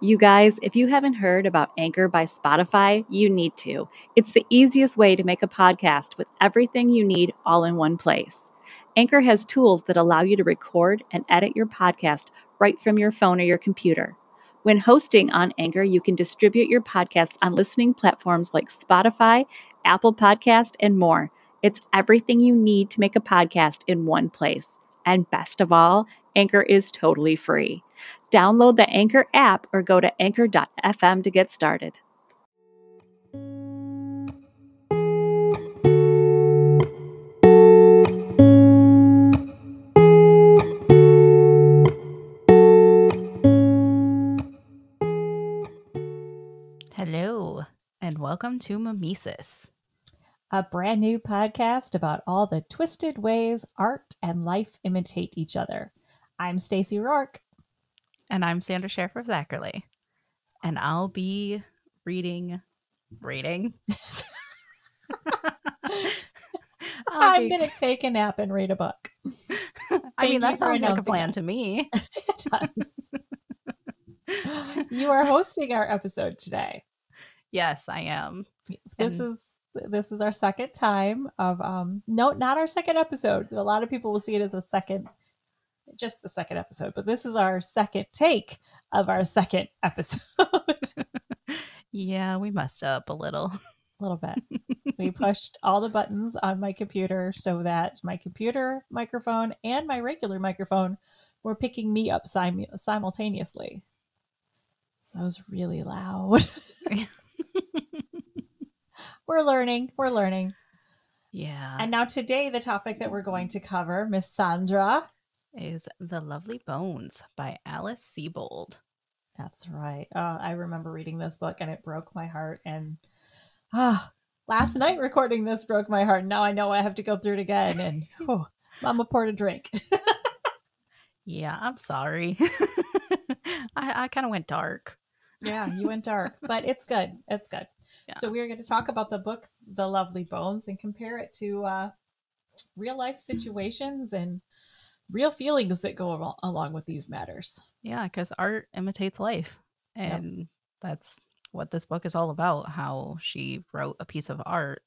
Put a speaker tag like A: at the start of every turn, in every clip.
A: You guys, if you haven't heard about Anchor by Spotify, you need to. It's the easiest way to make a podcast with everything you need all in one place. Anchor has tools that allow you to record and edit your podcast right from your phone or your computer. When hosting on Anchor, you can distribute your podcast on listening platforms like Spotify, Apple Podcast, and more. It's everything you need to make a podcast in one place. And best of all, Anchor is totally free. Download the Anchor app or go to anchor.fm to get started.
B: Hello, and welcome to Mimesis.
C: a brand new podcast about all the twisted ways art and life imitate each other. I'm Stacey Rourke.
B: And I'm Sandra Sheriff Zachary. And I'll be reading, reading. I'll
C: I'm
B: be-
C: going to take a nap and read a book.
B: I
C: thank
B: mean, that
C: you for
B: sounds like a
C: announcing
B: plan
C: that.
B: to me.
C: It does. you are hosting our episode today.
B: Yes, I am.
C: This is this is our second time of um no not our second episode. A lot of people will see it as a second just the second episode, but this is our second take of our second episode. a
B: Yeah, we messed up a little.
C: little bit. we pushed all the buttons on my computer so that my computer microphone and my regular microphone were picking me up sim- simultaneously. So it was really loud. we're learning. We're learning.
B: Yeah,
C: And now today, the topic that we're going to cover, Miss Sandra.
B: is The Lovely Bones by Alice Siebold.
C: That's right. Uh, I remember reading this book and it broke my heart. And ah, last night recording this broke my heart. Now I know I have to go through it again. And oh, Mama poured a drink.
B: Yeah, I'm sorry. I, I kind of went dark.
C: Yeah, you went dark, but it's good. It's good.
B: Yeah.
C: So we're going to talk about the book, The Lovely Bones, and compare it to uh, real life situations and real feelings that go al- along with these matters.
B: Yeah, because art imitates life.
C: Yep.
B: And that's what this book is all about how she wrote a piece of art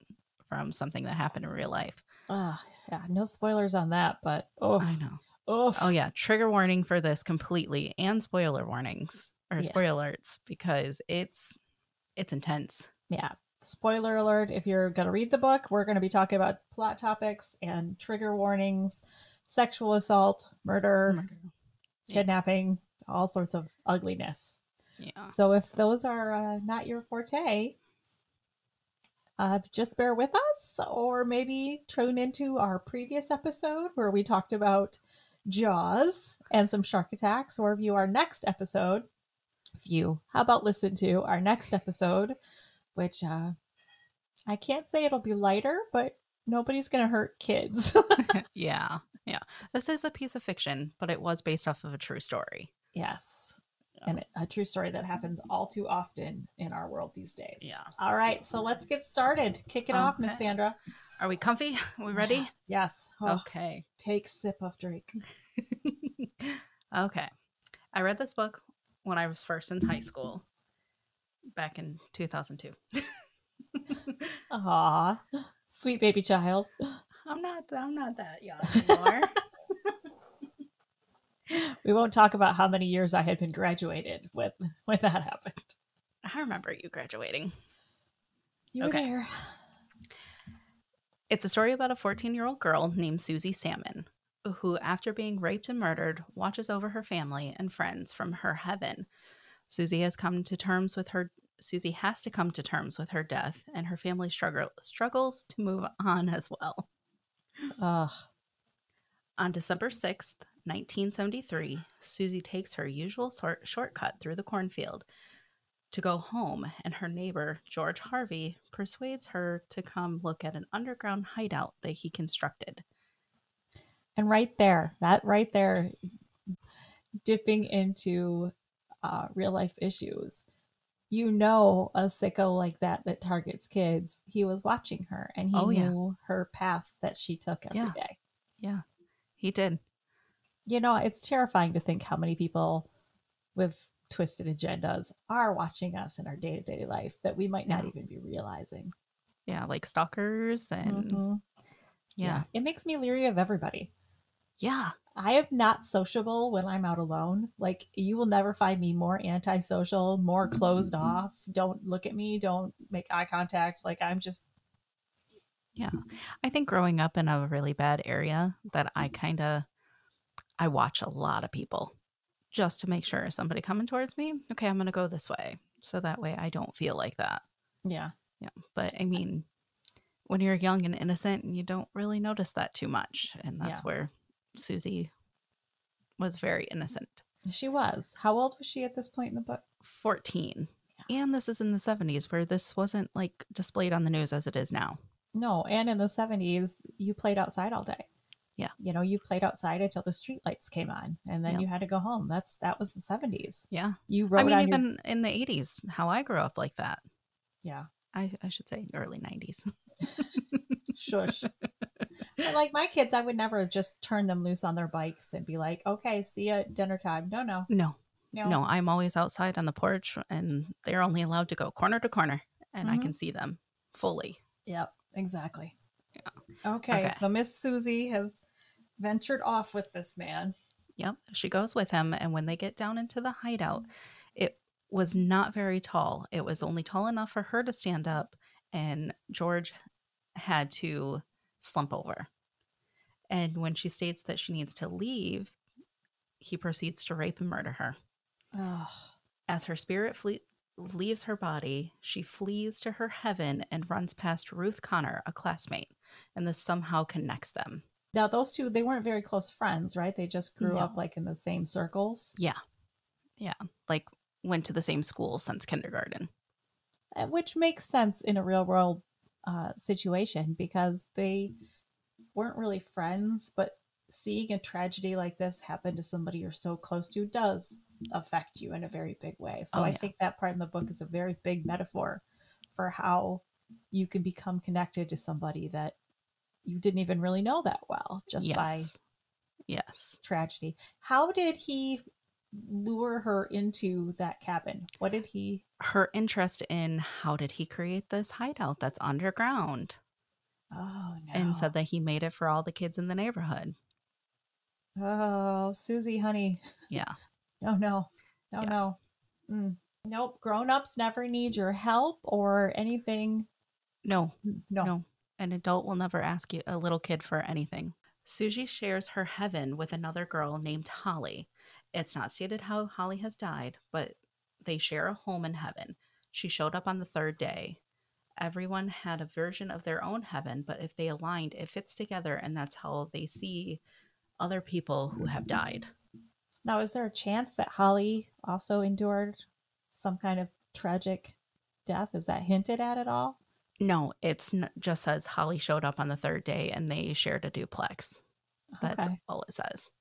B: from something that happened in real life.
C: Ah, yeah. No spoilers on that, but oh,
B: I know.
C: oh,
B: Oh, yeah. Trigger warning for this completely and spoiler warnings or
C: Yeah.
B: spoiler alerts because it's. It's intense.
C: yeah. Spoiler alert if you're going to read the book, we're going to be talking about plot topics and trigger warnings, sexual assault, murder, Mm-hmm.
B: Yeah.
C: kidnapping, all sorts of ugliness.
B: Yeah.
C: So if those are uh, not your forte, uh, just bear with us, or maybe tune into our previous episode where we talked about Jaws and some shark attacks, or view our next episode. View. How about listen to our next episode, which uh, I can't say it'll be lighter, but nobody's going to hurt kids.
B: Yeah. Yeah. This is a piece of fiction, but it was based off of a true story.
C: Yes. And a true story that happens all too often in our world these days.
B: Mm-hmm. Yeah.
C: All right. So let's get started. Kick it off, Miss
B: Okay.
C: Sandra.
B: Are we comfy? we ready?
C: Yes. Oh,
B: Okay.
C: Take sip of drink.
B: okay. I read this book when I was first in high school back in 2002.
C: Aw. Sweet baby child.
B: I'm not I'm not that young anymore.
C: We won't talk about how many years I had been graduated when when that happened.
B: I remember you graduating.
C: You were
B: Okay.
C: there.
B: It's a story about a 14-year-old girl named Susie Salmon who after being raped and murdered watches over her family and friends from her heaven. Susie has come to terms with her Susie has to come to terms with her death and her family struggle struggles to move on as well.
C: Ugh.
B: On December 6th, 1973, Susie takes her usual sort- shortcut through the cornfield to go home, and her neighbor, George Harvey, persuades her to come look at an underground hideout that he constructed.
C: And right there, that right there, dipping into uh, real life issues. You know, a sicko like that that targets kids, he was watching her and he
B: Oh, yeah.
C: knew her path that she took every day.
B: Yeah. Yeah, he did.
C: You know, it's terrifying to think how many people with twisted agendas are watching us in our day to day life that we might not even be realizing.
B: Yeah, like stalkers and
C: Mhm.
B: yeah.
C: It makes me leery of everybody.
B: Yeah.
C: I am not sociable when I'm out alone. Like you will never find me more antisocial, more
B: Mm-hmm.
C: closed off. Don't look at me, don't make eye contact. Like I'm just
B: I think growing up in a really bad area that I kind of I watch a lot of people just to make sure is somebody coming towards me. Okay, I'm going to go this way. So that way I don't feel like that.
C: yeah.
B: But I mean, when you're young and innocent, you don't really notice that too much. And that's
C: Yeah.
B: where Susie was very innocent.
C: She was. How old was she at this point in the book?
B: 14. And this is in the 70s where this wasn't like displayed on the news as it is now.
C: No, and in the 70s, you played outside all day.
B: Yeah.
C: You know, you played outside until the street lights came on and then
B: Yeah.
C: you had to go home. That's that was the 70s.
B: Yeah.
C: You rode
B: I mean,
C: on your-
B: even in the 80s, how I grew up like that.
C: yeah.
B: I, I should say early 90s.
C: Shush. but like my kids, I would never just turn them loose on their bikes and be like, "Okay, see you at dinner time." No, no,
B: No,
C: no.
B: no, I'm always outside on the porch and they're only allowed to go corner to corner and I
C: Mhm.
B: can see them fully.
C: Yep, exactly. Yeah. Okay,
B: Okay.
C: so Miss Susie has ventured off with this man.
B: Yep. She goes with him. And when they get down into the hideout,
C: Mm.
B: it was not very tall. It was only tall enough for her to stand up, and George had to slump over. And when she states that she needs to leave, he proceeds to rape and murder her.
C: Oh,
B: As her spirit fle- leaves her body, she flees to her heaven and runs past Ruth Connor, a classmate, and this somehow connects them.
C: now those two, they weren't very close friends, right? They just grew
B: No.
C: up like in the same circles.
B: Like, went to the same school since kindergarten.
C: Uh, which makes sense in a real world uh, situation because they weren't really friends, but seeing a tragedy like this happen to somebody you're so close to does affect you in a very big way. So
B: Oh,
C: I
B: yeah.
C: think that part in the book is a very big metaphor for how you can become connected to somebody that you didn't even really know that well just by
B: Yes.
C: tragedy. How did he lure her into that cabin? What did he?
B: her interest in how did he create this hideout that's underground
C: Oh no!
B: and said that he made it for all the kids in the neighborhood.
C: Oh, Susie, honey.
B: Yeah.
C: No, no, no,
B: Yeah.
C: no. Mm. Nope. Grown ups never need your help or anything. Mm,
B: No,
C: No.
B: No. an adult will never ask you a little kid for anything. Suji shares her heaven with another girl named Holly. It's not stated how Holly has died, but they share a home in heaven. She showed up on the third day. Everyone had a version of their own heaven, but if they aligned, it fits together, and that's how they see other people who have died.
C: Now, is there a chance that Holly also endured some kind of tragic death? Is that hinted at at all?
B: No, it's n- just says Holly showed up on the third day and they shared a duplex. That's
C: Okay.
B: all it says.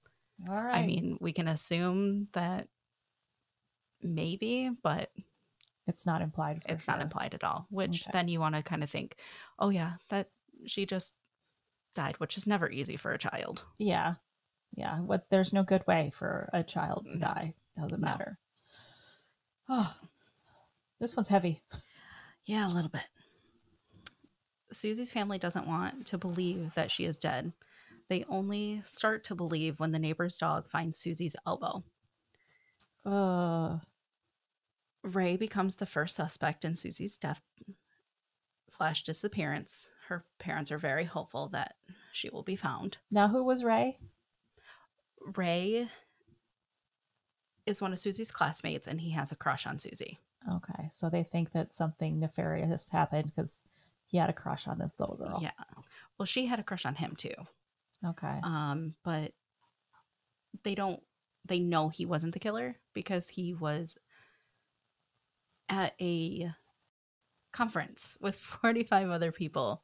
C: All right.
B: I mean, we can assume that maybe, but
C: it's not implied. For
B: it's not
C: sure.
B: implied at all, which
C: Okay.
B: then you want to kind of think, oh, yeah, that she just died, which is never easy for a child.
C: Yeah. Yeah. What? There's no good way for a child to
B: No.
C: die. Doesn't
B: No.
C: matter. Oh, this one's heavy.
B: Yeah, a little bit. Susie's family doesn't want to believe that she is dead. They only start to believe when the neighbor's dog finds Susie's elbow.
C: Uh,
B: Ray becomes the first suspect in Susie's death slash disappearance. Her parents are very hopeful that she will be found.
C: now, who was Ray?
B: Ray is one of Susie's classmates and he has a crush on Susie.
C: Okay, so they think that something nefarious happened because he had a crush on this little girl.
B: Yeah. Well, she had a crush on him too.
C: Okay.
B: Um, but they don't they know he wasn't the killer because he was at a conference with 45 other people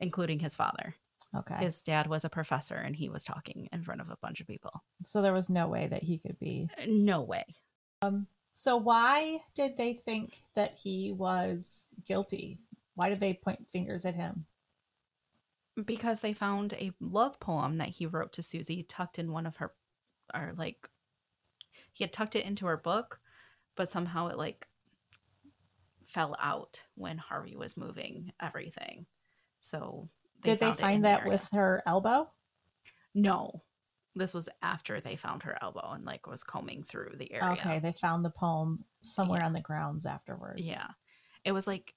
B: including his father.
C: Okay.
B: His dad was a professor and he was talking in front of a bunch of people.
C: so there was no way that he could be.
B: Uh, No way.
C: So why did they think that he was guilty? Why did they point fingers at him?
B: Because they found a love poem that he wrote to Susie tucked in one of her, or like, he had tucked it into her book, but somehow it like fell out when Harvey was moving everything. So
C: Did they
B: found it in
C: find
B: the
C: that
B: area.
C: with her elbow?
B: No, this was after they found her elbow and like was combing through the area.
C: Okay, they found the poem somewhere
B: Yeah.
C: on the grounds afterwards.
B: Yeah. It was like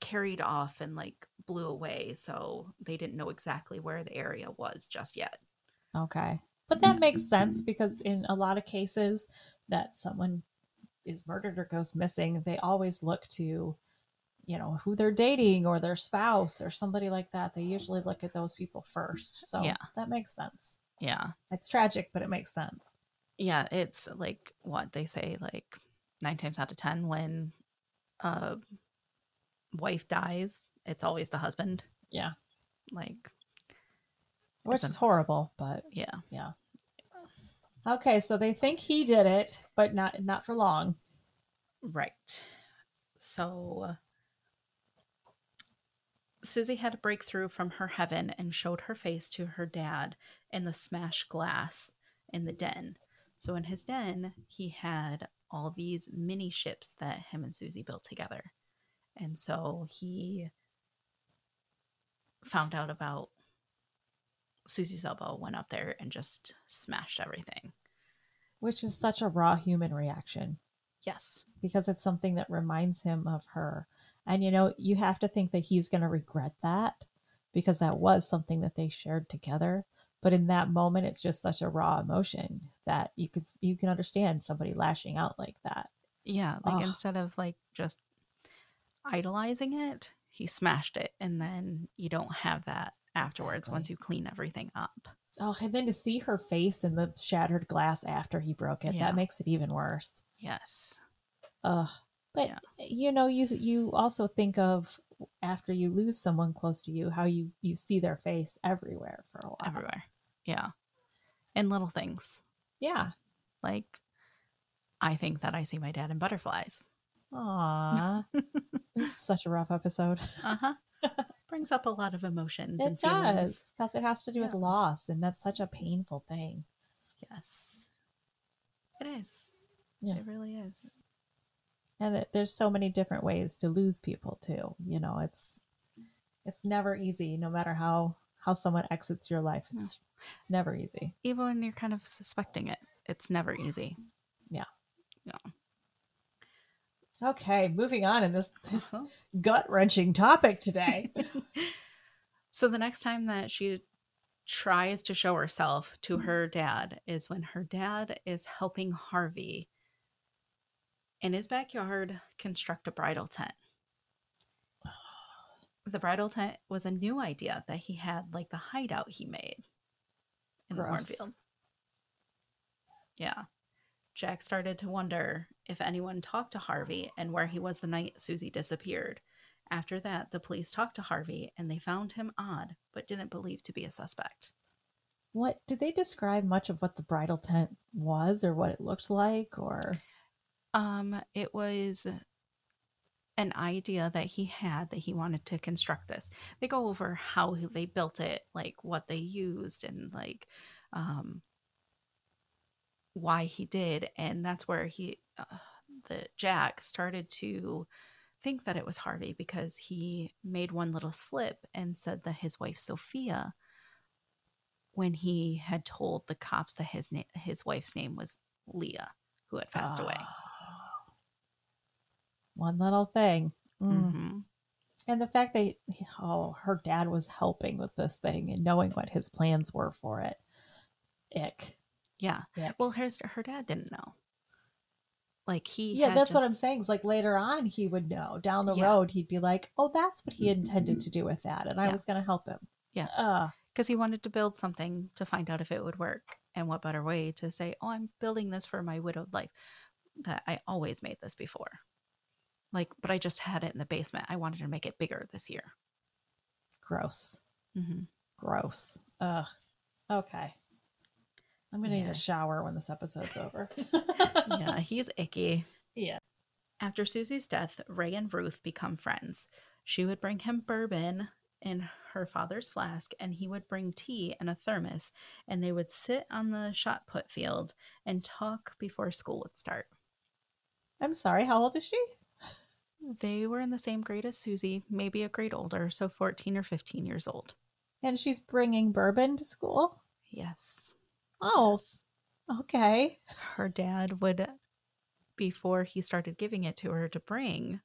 B: carried off and like blew away. So they didn't know exactly where the area was just yet.
C: Okay. But that makes sense because in a lot of cases that someone is murdered or goes missing, they always look to, you know, who they're dating or their spouse or somebody like that. They usually look at those people first. So
B: Yeah.
C: that makes sense.
B: Yeah.
C: It's tragic, but it makes sense.
B: Yeah. It's like what they say, like nine times out of 10, when a wife dies, it's always the husband.
C: Yeah.
B: Like,
C: Which
B: Listen.
C: is horrible, but
B: yeah.
C: okay, so they think he did it, but not not for long.
B: Right. So Susie had a breakthrough from her heaven and showed her face to her dad in the smashed glass in the den. So in his den, he had all these mini ships that him and Susie built together. And so he found out about Susie's elbow, went up there and just smashed everything.
C: Which is such a raw human reaction.
B: Yes.
C: because it's something that reminds him of her. And you know, you have to think that he's going to regret that because that was something that they shared together. But in that moment, it's just such a raw emotion that you could you can understand somebody lashing out like that.
B: Yeah, like
C: Ugh.
B: instead of like just idolizing it, he smashed it, and then you don't have that afterwards once
C: Exactly.
B: you clean everything up.
C: Oh, and then to see her face in the shattered glass after he broke it,
B: Yeah.
C: that makes it even worse.
B: Yes.
C: Ugh. But
B: Yeah.
C: you know, you you also think of after you lose someone close to you, how you you see their face everywhere for a while.
B: Everywhere. Yeah. And little things.
C: Yeah.
B: Like I think that I see my dad in butterflies.
C: Aww. this is such a rough episode.
B: Uh-huh. Brings up a lot of emotions and
C: It
B: feelings.
C: does because it has to do with
B: Yeah.
C: loss, and that's such a painful thing.
B: Yes. It is.
C: Yeah.
B: It really is.
C: And it, there's so many different ways to lose people too. You know, it's it's never easy, no matter how how someone exits your life.
B: No.
C: It's it's never easy.
B: even when you're kind of suspecting it, it's never easy.
C: Okay, moving on in this this gut wrenching topic today.
B: So the next time that she tries to show herself to her dad is when her dad is helping Harvey in his backyard construct a bridal tent. The bridal tent was a new idea that he had, like the hideout he made in
C: Gross.
B: the cornfield. Yeah. Jack started to wonder if anyone talked to Harvey and where he was the night Susie disappeared. After that, the police talked to Harvey and they found him odd, but didn't believe to be a suspect.
C: What did they describe much of what the bridal tent was or what it looked like or
B: Um, it was an idea that he had that he wanted to construct this. They go over how he- they built it, like what they used, and like um, why he did, and that's where he, uh, the Jack, started to think that it was Harvey because he made one little slip and said that his wife Sophia, when he had told the cops that his na- his wife's name was Leah, who had passed away.
C: Ah. One little thing. Mm.
B: Mhm.
C: And the fact that oh, her dad was helping with this thing and knowing what his plans were for it. Ick.
B: Yeah.
C: Ick.
B: Well, hers, her dad didn't know. Like he.
C: yeah,
B: had
C: that's what
B: just-
C: I'm saying. Is like later on he would know. Down the
B: Yeah. Mm-hmm.
C: road he'd be like, "Oh, that's what he intended to do with that, and I
B: Yeah.
C: was going to help him."
B: Yeah.
C: Ugh.
B: because he wanted to build something to find out if it would work. And what better way to say, oh, I'm building this for my widowed life that I always made this before. Like, but I just had it in the basement. I wanted to make it bigger this year.
C: gross.
B: hmm
C: Gross. Ugh. Okay. I'm going to need
B: Yeah.
C: a shower when this episode's over.
B: yeah, he's icky.
C: Yeah.
B: After Susie's death, Ray and Ruth become friends. She would bring him bourbon in her father's flask, and he would bring tea in a thermos, and they would sit on the shot put field and talk before school would start.
C: I'm sorry, how old is she?
B: They were in the same grade as Susie, maybe a grade older, so 14 or 15 years old.
C: And she's bringing bourbon to school.
B: Yes.
C: Oh, okay.
B: Her dad would, before he started giving it to her to bring,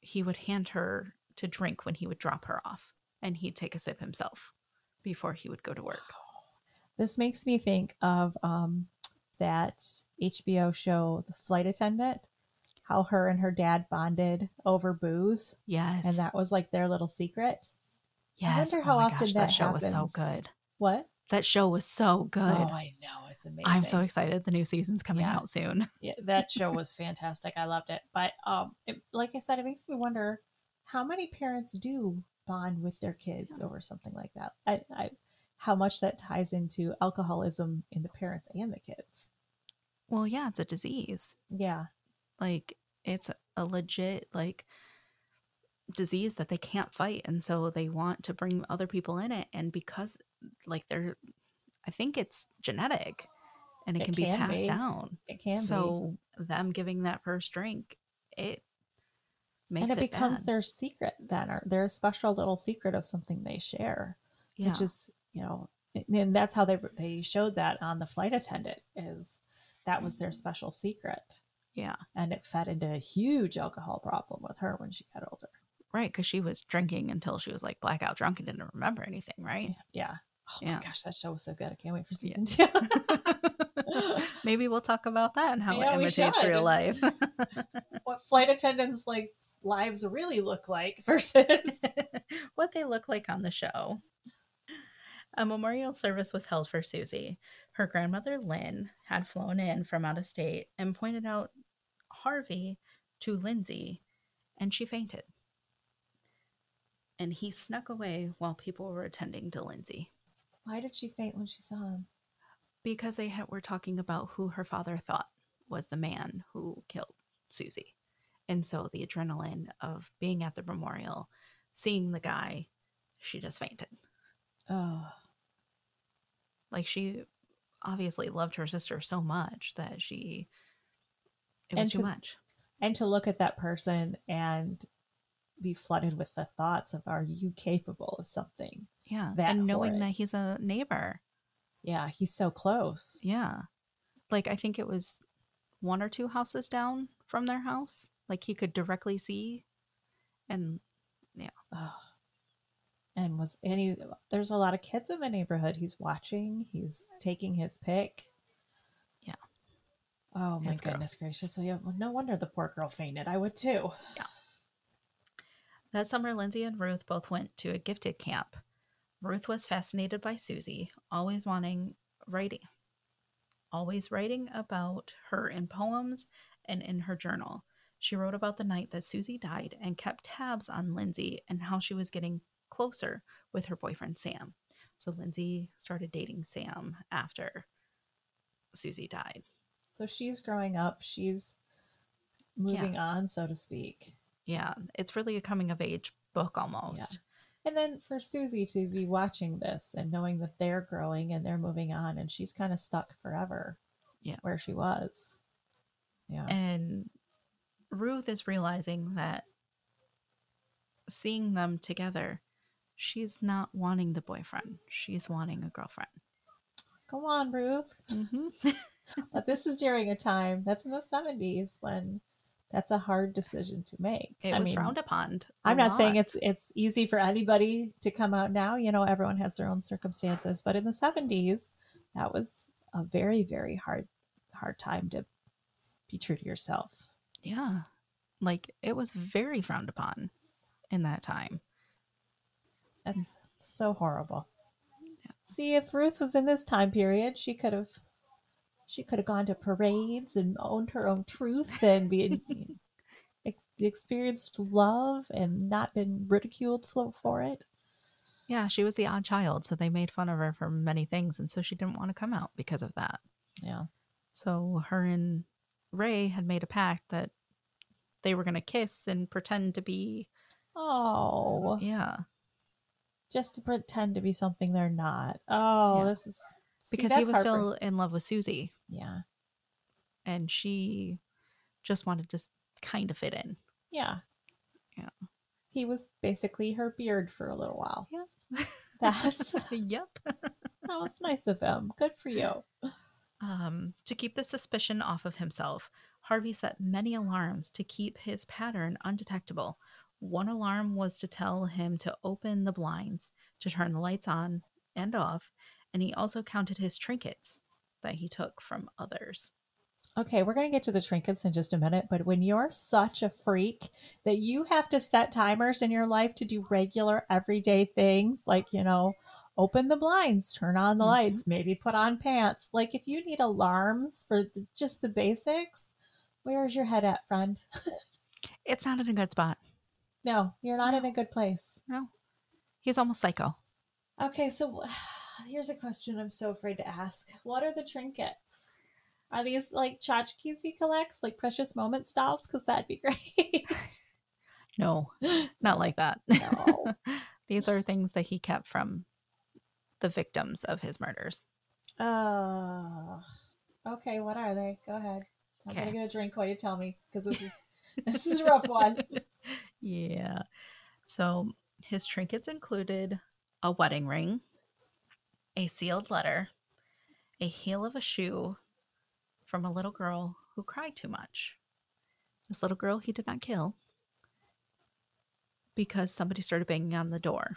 B: he would hand her to drink when he would drop her off, and he'd take a sip himself before he would go to work.
C: This makes me think of um, that HBO show, The Flight Attendant, how her and her dad bonded over booze,
B: Yes.
C: and that was like their little secret.
B: yes. Oh
C: wonder how
B: my
C: often that
B: show was
C: happens.
B: so good.
C: What?
B: That show was so good.
C: Oh, I know it's amazing.
B: I'm so excited. The new season's coming
C: Yeah.
B: out soon.
C: yeah, that show was fantastic. I loved it. But um, it, like I said, it makes me wonder how many parents do bond with their kids over something like that. I, I, how much that ties into alcoholism in the parents and the kids.
B: Well, yeah, it's a disease.
C: Yeah,
B: like it's a legit like disease that they can't fight and so they want to bring other people in it and because like they're i think it's genetic and it,
C: It
B: can, be
C: can
B: passed
C: be.
B: down
C: it can be.
B: so them giving that first drink it makes
C: And it, becomes
B: bad.
C: their secret then, or their special little secret of something they share,
B: yeah.
C: which is, you know, and that's how they, they showed that on the flight attendant is that was their special secret.
B: Mm-hmm. yeah
C: and it fed into a huge alcohol problem with her when she got older.
B: right because she was drinking until she was like blackout drunk and didn't remember anything right
C: Yeah. Oh
B: Yeah.
C: my gosh, that show was so good. I can't wait for
B: Yeah.
C: season two.
B: maybe we'll talk about that and how
C: Yeah,
B: it
C: we
B: imitates
C: should.
B: real life
C: what flight attendants like lives really look like versus
B: what they look like on the show. A memorial service was held for Susie. Her grandmother, Lynn, had flown in from out of state and pointed out Harvey to Lindsay, and she fainted. And he snuck away while people were attending to Lindsay
C: why did she faint when she saw him?
B: because they had, were talking about who her father thought was the man who killed Susie. And so the adrenaline of being at the memorial, seeing the guy, she just fainted.
C: Oh
B: like she obviously loved her sister so much that she it was
C: And
B: too
C: to-
B: much
C: and to look at that person and be flooded with the thoughts of are you capable of something?
B: yeah
C: that
B: and knowing that
C: horrid.
B: he's a neighbor
C: Yeah, he's so close.
B: yeah like i think it was one or two houses down from their house like he could directly see and
C: Oh. And was any there's a lot of kids in the neighborhood. He's watching, he's taking his pick.
B: Yeah.
C: Oh my
B: It's gross.
C: goodness gracious. So yeah, well, no wonder the poor girl fainted. I would too.
B: that summer lindsay and ruth both went to a gifted camp ruth was fascinated by susie always wanting writing always writing about her in poems and in her journal. She wrote about the night that Susie died and kept tabs on Lindsay and how she was getting closer with her boyfriend Sam. So Lindsay started dating Sam after Susie died.
C: So she's growing up, she's moving on, so to speak.
B: Yeah, it's really a coming of age book almost.
C: And then for Susie to be watching this and knowing that they're growing and they're moving on and she's kind of stuck forever.
B: Yeah.
C: Where she was. Yeah.
B: And Ruth is realizing that seeing them together, she's not wanting the boyfriend. She's wanting a girlfriend.
C: Go on, Ruth.
B: Mm-hmm.
C: But this is during a time that's in the 70s when that's a hard decision to make.
B: It
C: I
B: was
C: mean,
B: frowned upon. i
C: I'm not saying it's it's easy for anybody to come out now. You know, everyone has their own circumstances, but in the 70s, that was a very very hard hard time to be true to yourself.
B: Yeah. Like it was very frowned upon in that time. Mm.
C: That's so horrible. See, if Ruth was in this time period, she could have she could have gone to parades and owned her own truth and be ex- experienced love and not been ridiculed flo- for it.
B: Yeah, she was the odd child, so they made fun of her for many things, and so she didn't want to come out because of that.
C: Yeah.
B: So her and Ray had made a pact that they were going to kiss and pretend to be
C: Oh,
B: yeah,
C: just to pretend to be something they're not. Oh,
B: Yeah.
C: this is see,
B: because he
C: that's
B: was
C: heartbreak-
B: still in love with Susie
C: yeah.
B: and she just wanted to kind of fit in.
C: Yeah.
B: Yeah.
C: He was basically her beard for a little while.
B: Yeah.
C: That's that
B: yep.
C: was nice of him. Good for you.
B: Um, to keep the suspicion off of himself, Harvey set many alarms to keep his pattern undetectable. One alarm was to tell him to open the blinds, to turn the lights on and off, and he also counted his trinkets that he took from others.
C: Okay, we're going to get to the trinkets in just a minute, but when you're such a freak that you have to set timers in your life to do regular everyday things like, you know, open the blinds, turn on the
B: Mhm.
C: lights, maybe put on pants. Like if you need alarms for the, just the basics, where's your head at, friend?
B: It's not in a good spot.
C: No, you're not in a good place.
B: He's almost psycho.
C: Okay, so here's a question I'm so afraid to ask. What are the trinkets? Are these like tchotchkes he collects, like precious moments dolls? Because that'd be great.
B: No, not like that.
C: No.
B: These are things that he kept from the victims of his murders.
C: Oh. Okay, what are they? Go ahead. I'm
B: Okay.
C: gonna get a drink while you tell me because this is this is a rough one.
B: Yeah. So his trinkets included a wedding ring, a sealed letter, a heel of a shoe from a little girl who cried too much. This little girl he did not kill because somebody started banging on the door.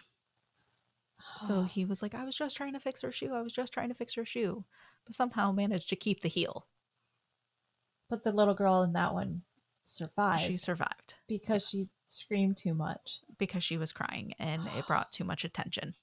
B: So he was like, I was just trying to fix her shoe. I was just trying to fix her shoe. But somehow managed to keep the heel.
C: But the little girl in that one survived
B: She survived
C: because
B: yes.
C: she screamed too much.
B: because she was crying and it brought too much attention.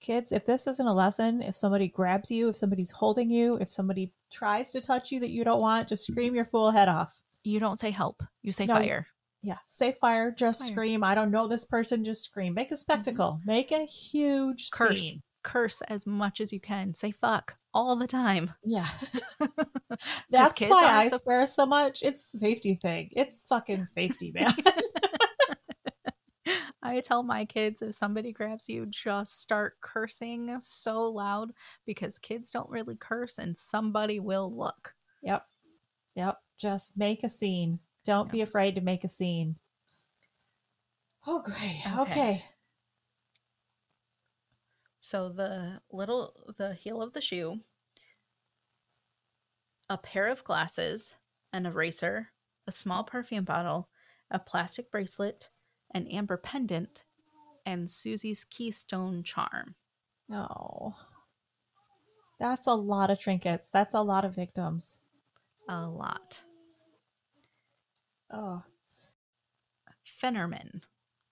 C: Kids, if this isn't a lesson, if somebody grabs you, if somebody's holding you, if somebody tries to touch you that you don't want, just scream your fool head off.
B: You don't say help, you say
C: No,
B: fire.
C: Yeah, say fire, just
B: Fire. Mm-hmm.
C: scream. I don't know this person, just scream. Make a spectacle, make a huge
B: curse
C: scene.
B: curse as much as you can say fuck all the time
C: Yeah. That's
B: kids
C: why
B: are
C: I
B: so-
C: swear so much. It's a safety thing. It's fucking safety, man.
B: i tell my kids if somebody grabs you just start cursing so loud because kids don't really curse and somebody will look
C: yep. Yep. Just make a scene. Don't be afraid to make a scene. Oh, great.
B: Okay.
C: Okay.
B: so the little the heel of the shoe a pair of glasses an eraser a small perfume bottle a plastic bracelet an amber pendant and susie's keystone charm
C: Oh. That's a lot of trinkets. That's a lot of victims.
B: a lot
C: Oh.
B: Fennerman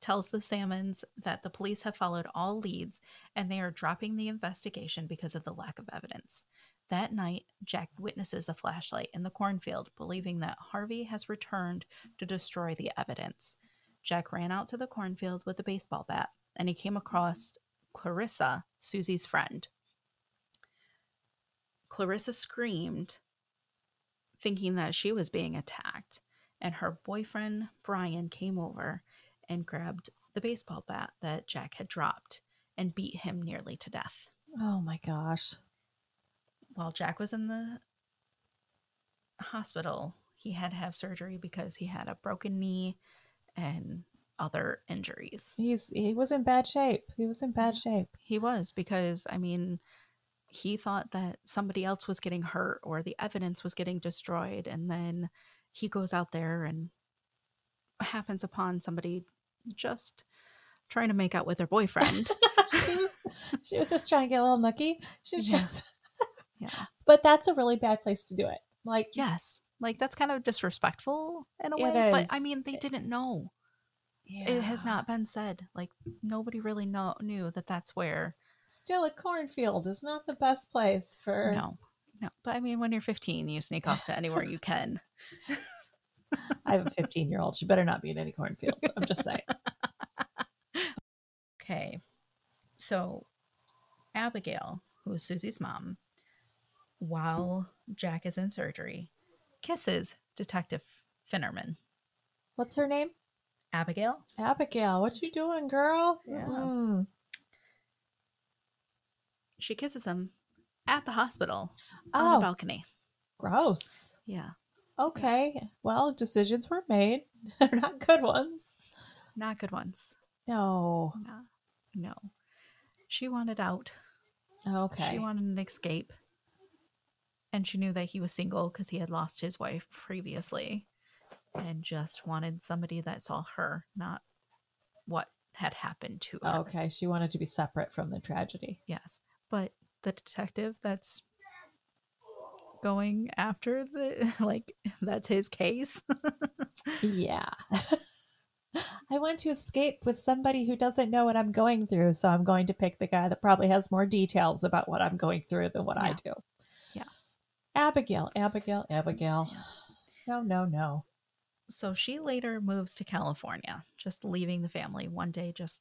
B: tells the Salmons that the police have followed all leads and they are dropping the investigation because of the lack of evidence. That night, Jack witnesses a flashlight in the cornfield, believing that Harvey has returned to destroy the evidence. Jack ran out to the cornfield with a baseball bat and he came across Clarissa, Susie's friend. Clarissa screamed, thinking that she was being attacked and her boyfriend Brian came over and grabbed the baseball bat that Jack had dropped and beat him nearly to death.
C: Oh my gosh.
B: While Jack was in the hospital, he had to have surgery because he had a broken knee and other injuries.
C: He's he was in bad shape. He was in bad shape.
B: He was because I mean, he thought that somebody else was getting hurt or the evidence was getting destroyed and then he goes out there and happens upon somebody just trying to make out with her boyfriend.
C: she was she was just trying to get a little nookie. She was
B: Yeah.
C: just
B: yeah.
C: But that's a really bad place to do it. Like,
B: Yes. Like that's kind of disrespectful in a
C: It
B: way, but I
C: is.
B: mean they didn't know. It has
C: yeah.
B: not been said. Like nobody really know, knew that that's where.
C: Still, a cornfield is not the best place for.
B: No. No. But I mean when you're 15, you sneak off to anywhere you can.
C: I have a 15 year old. She better not be in any cornfields. I'm just saying.
B: Okay. So Abigail, who is Susie's mom, while Jack is in surgery, kisses Detective Finnerman.
C: What's her name?
B: Abigail?
C: Abigail. What you doing, girl?
B: Yeah.
C: Mm.
B: She kisses him at the hospital on the
C: Oh,
B: balcony.
C: gross.
B: Yeah.
C: Okay. Well, decisions were made. They're not good ones.
B: Not good ones.
C: No.
B: No. No. She wanted out.
C: Okay.
B: She wanted an escape. And she knew that he was single because he had lost his wife previously and just wanted somebody that saw her, not what had happened to her.
C: okay. She wanted to be separate from the tragedy.
B: Yes. But the detective that's going after the, like, that's his case.
C: Yeah. I want to escape with somebody who doesn't know what I'm going through, so I'm going to pick the guy that probably has more details about what I'm going through than what I
B: Yeah.
C: do.
B: Yeah.
C: Abigail, Abigail, Abigail. No, no, no.
B: so she later moves to California, just leaving the family one day, just,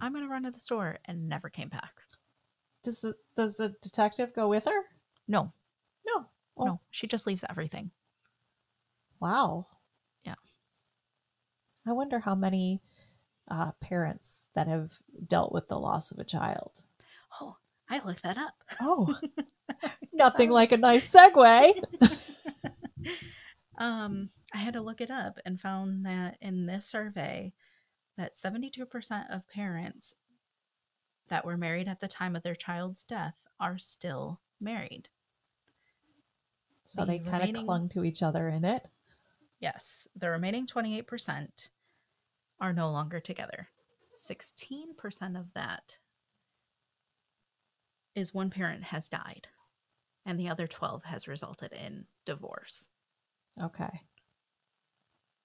B: I'm going to run to the store and never came back.
C: Does the, does the detective go with her?
B: No,
C: No. Oh.
B: no, she just leaves everything.
C: Wow.
B: Yeah.
C: I wonder how many uh, parents that have dealt with the loss of a child.
B: Oh, I looked that up.
C: Oh, nothing like a nice segue.
B: Um, I had to look it up and found that in this survey that 72% of parents that were married at the time of their child's death are still married.
C: So they
B: The
C: kind of
B: remaining-
C: clung to each other in it.
B: Yes, the remaining 28% are no longer together. 16% of that is one parent has died and the other 12 has resulted in divorce.
C: Okay.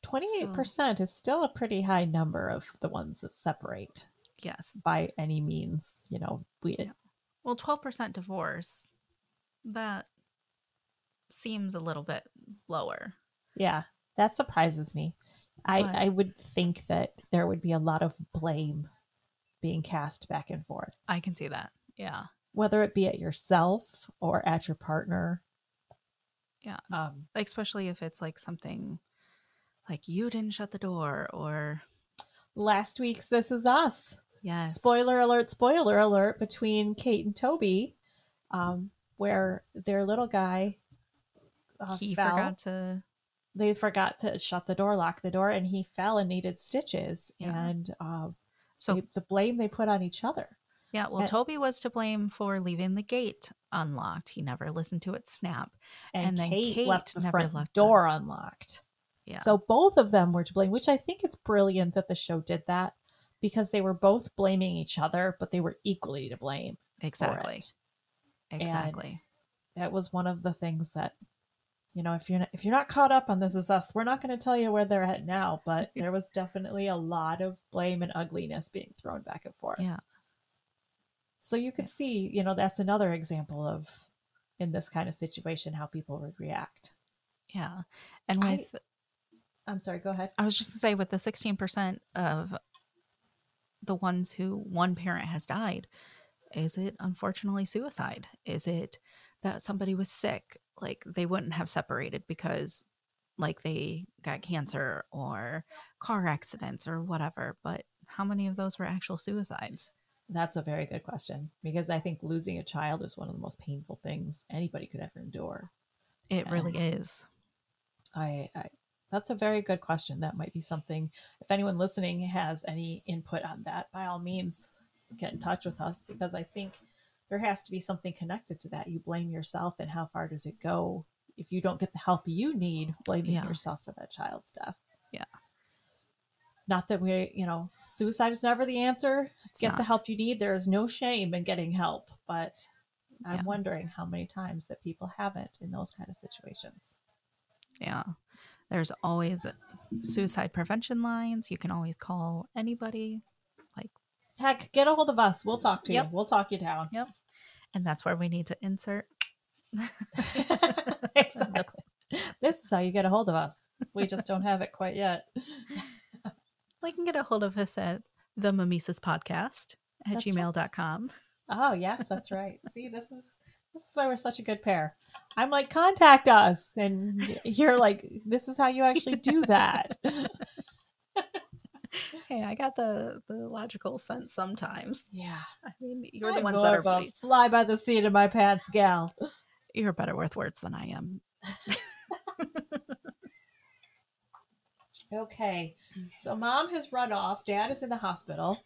C: 28% is still a pretty high number of the ones that separate
B: Yes.
C: by any means. You know, we,
B: Yeah. Well, 12% divorce, that seems a little bit lower.
C: yeah, that surprises me. I,
B: But-
C: I would think that there would be a lot of blame being cast back and forth.
B: I can see that. Yeah.
C: whether it be at yourself or at your partner.
B: Yeah.
C: Um,
B: Like, especially if it's like something like you didn't shut the door or,
C: last week's This Is Us.
B: yes.
C: Spoiler alert, spoiler alert between Kate and Toby, um, where their little guy uh,
B: he
C: fell.
B: forgot to
C: They forgot to shut the door, lock the door, and he fell and needed stitches.
B: Yeah.
C: And uh,
B: so
C: they- the blame they put on each other.
B: yeah well
C: Uh,
B: toby was to blame for leaving the gate unlocked he never listened to it snap
C: And,
B: And then
C: Kate,
B: Kate
C: left the
B: never
C: front
B: left the-
C: door unlocked.
B: yeah
C: So both of them were to blame, which I think it's brilliant that the show did that because they were both blaming each other, but they were equally to blame. for
B: exactly
C: it. And
B: exactly
C: that was one of the things that you know, if you're not, if you're not caught up on this is us, we're not going to tell you where they're at now, but there was definitely a lot of blame and ugliness being thrown back and forth.
B: Yeah.
C: So you could
B: Yeah.
C: see, you know, that's another example of in this kind of situation how people would react.
B: yeah and
C: I-
B: with
C: I'm sorry, go ahead.
B: I was just gonna say with the sixteen percent of the ones who one parent has died, is it unfortunately suicide? Is it that somebody was sick? Like they wouldn't have separated because like they got cancer or car accidents or whatever, but how many of those were actual suicides?
C: That's a very good question because I think losing a child is one of the most painful things anybody could ever endure.
B: It really
C: And-
B: is.
C: I, I that's a very good question. That might be something. If anyone listening has any input on that, by all means, get in touch with us because I think there has to be something connected to that. You blame yourself, and how far does it go? If you don't get the help you need, blaming
B: Yeah.
C: yourself for that child's death.
B: Yeah.
C: Not that we, you know, suicide is never the answer.
B: It's
C: get the
B: not-
C: help you need. There is no shame in getting help, but I'm
B: Yeah.
C: wondering how many times that people haven't in those kind of situations.
B: Yeah. There's always suicide prevention lines. You can always call anybody.
C: Heck, get a hold of us. We'll talk to you.
B: Yep.
C: We'll talk you down.
B: And that's where we need to insert
C: exactly. This is how you get a hold of us. We just don't have it quite yet.
B: Well, you can get a hold of us at the Mimesis Podcast at
C: That's right.
B: gmail.com.
C: Oh yes, that's right. See, this is this is why we're such a good pair. I'm like, contact us, and you're like, this is how you actually do that.
B: Hey, I got the the logical sense sometimes.
C: Yeah,
B: I mean, you're the
C: I'm
B: ones
C: more
B: that are
C: of a
B: ble-
C: fly by the seat of my pants, gal.
B: you're better with words than I am.
C: Okay. So mom has run off. Dad is in the hospital.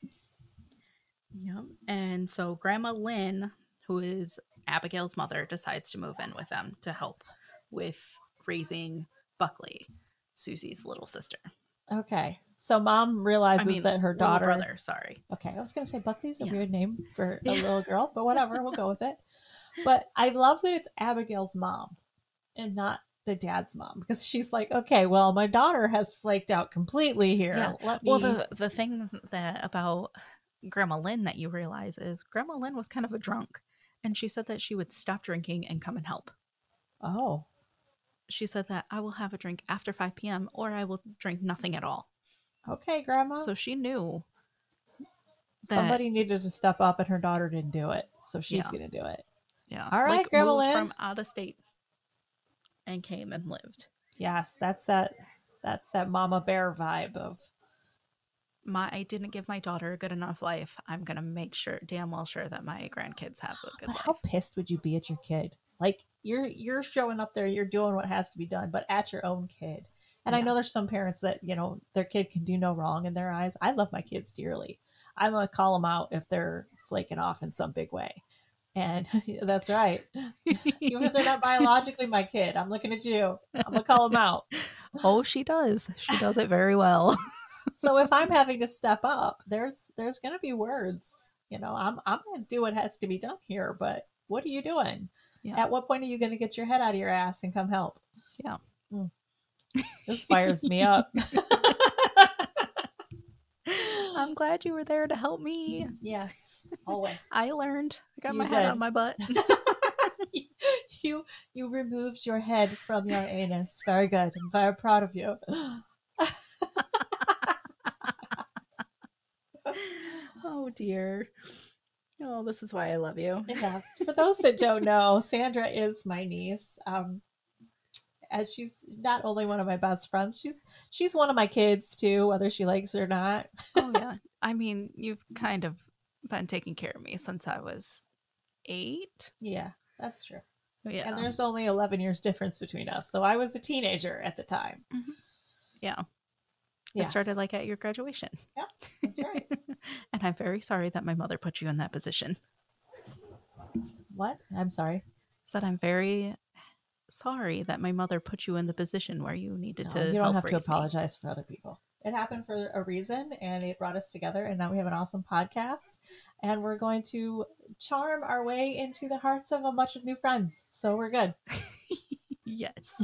B: Yep. And so Grandma Lynn, who is Abigail's mother, decides to move in with them to help with raising Buckley, Susie's little sister.
C: Okay. So mom realizes that her
B: little
C: daughter.
B: brother, sorry.
C: Okay, I was gonna say Buckley's a
B: Yeah.
C: weird name for a
B: Yeah.
C: little girl, but whatever, we'll go with it. But I love that it's Abigail's mom and not the dad's mom because she's like, okay, well, my daughter has flaked out completely here.
B: Yeah.
C: Let me.
B: Well, the the thing that about Grandma Lynn that you realize is Grandma Lynn was kind of a drunk, and she said that she would stop drinking and come and help.
C: oh,
B: She said that I will have a drink after 5 p.m. or I will drink nothing at all.
C: okay, Grandma.
B: So she knew that-
C: Somebody needed to step up, and her daughter didn't do it, so she's
B: Yeah.
C: gonna do it.
B: Yeah.
C: All right, Grandma
B: moved
C: Lynn.
B: from out of state and came and lived.
C: Yes, that's that. That's that Mama Bear vibe of
B: My I didn't give my daughter a good enough life. I'm gonna make sure damn well sure that my grandkids have a good
C: but
B: life.
C: how pissed would you be at your kid like you're you're showing up there you're doing what has to be done but at your own kid and i
B: Yeah.
C: know there's some parents that you know their kid can do no wrong in their eyes i love my kids dearly i'm gonna call them out if they're flaking off in some big way and that's right even if they're not biologically my kid i'm looking at you i'm gonna call them out
B: oh, she does. She does it very well.
C: so if i'm having to step up there's there's gonna be words you know i'm i'm gonna do what has to be done here but what are you doing
B: Yeah.
C: at what point are you gonna get your head out of your ass and come help
B: Yeah.
C: Mm. this fires me up
B: I'm glad you were there to help me.
C: yes always
B: I learned. I got
C: You
B: my head
C: did.
B: on my butt.
C: you you removed your head from your anus very good i'm very proud of you
B: oh dear. Oh, this is why I love you.
C: Yes. For those that don't know, Sandra is my niece. Um, as she's not only one of my best friends, she's she's one of my kids too, whether she likes it or not.
B: Oh yeah. I mean, you've kind of been taking care of me since I was eight.
C: Yeah, that's true.
B: Oh, Yeah.
C: And there's only 11 years difference between us, so I was a teenager at the time.
B: Mhm. Yeah.
C: Yes,
B: It started like at your graduation.
C: that's right.
B: And I'm very sorry that my mother put you in that position.
C: What? I'm sorry.
B: Said I'm very sorry that my mother put you in the position where you needed
C: No,
B: to.
C: you don't
B: help
C: have to
B: raise me.
C: apologize for other people. It happened for a reason and it brought us together and now we have an awesome podcast and we're going to charm our way into the hearts of a bunch of new friends. So we're good.
B: Yes.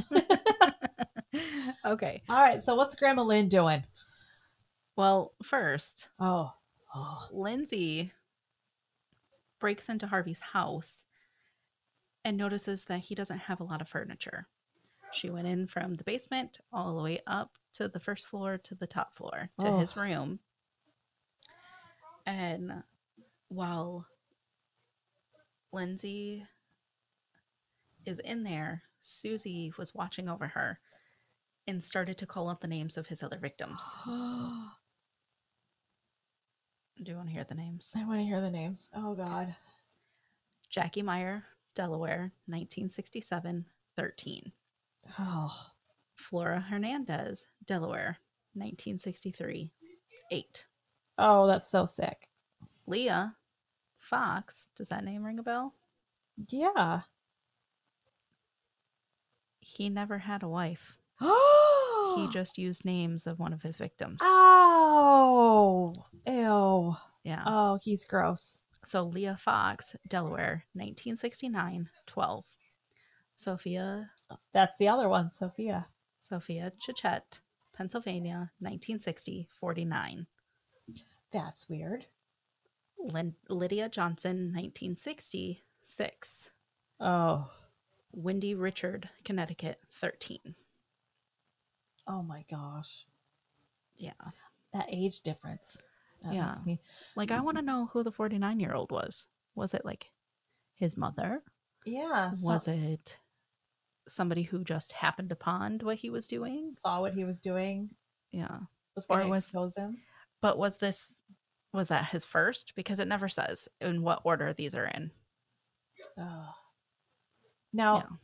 B: okay.
C: All right, so what's Grandma Lynn doing?
B: Well, first,
C: Oh, oh,
B: Lindsay breaks into Harvey's house and notices that he doesn't have a lot of furniture. She went in from the basement all the way up to the first floor to the top floor to
C: Oh.
B: his room. And while Lindsay is in there, Susie was watching over her and started to call out the names of his other victims.
C: I
B: Do you want to hear the names?
C: want to hear the names. Oh God,
B: Jackie Meyer, Delaware, 1967, 13.
C: oh,
B: Flora Hernandez, Delaware, 1963, 8.
C: oh, that's so sick.
B: Leah Fox, does that name ring a bell?
C: Yeah.
B: He never had a wife.
C: Oh.
B: He just used names of one of his victims.
C: Oh, ew.
B: Yeah.
C: Oh, he's gross.
B: So Leah Fox, Delaware, 1969, 12. Sophia
C: That's the other one, Sophia.
B: Sophia Chichette, Pennsylvania, 1960, 49.
C: That's weird.
B: Lin- Lydia Johnson, 1966.
C: Oh,
B: Wendy Richard, Connecticut, 13.
C: oh my gosh,
B: Yeah.
C: that age difference. That
B: Yeah.
C: makes me.
B: Like, I want to know who the 49 year old was. Was it like his mother?
C: Yeah. so-
B: Was it somebody who just happened upon what he was doing?
C: saw what he was doing.
B: Yeah.
C: Was
B: Or
C: going to
B: was-
C: expose him.
B: But was this, was that his first? Because it never says in what order these are in.
C: Oh. Now
B: Yeah.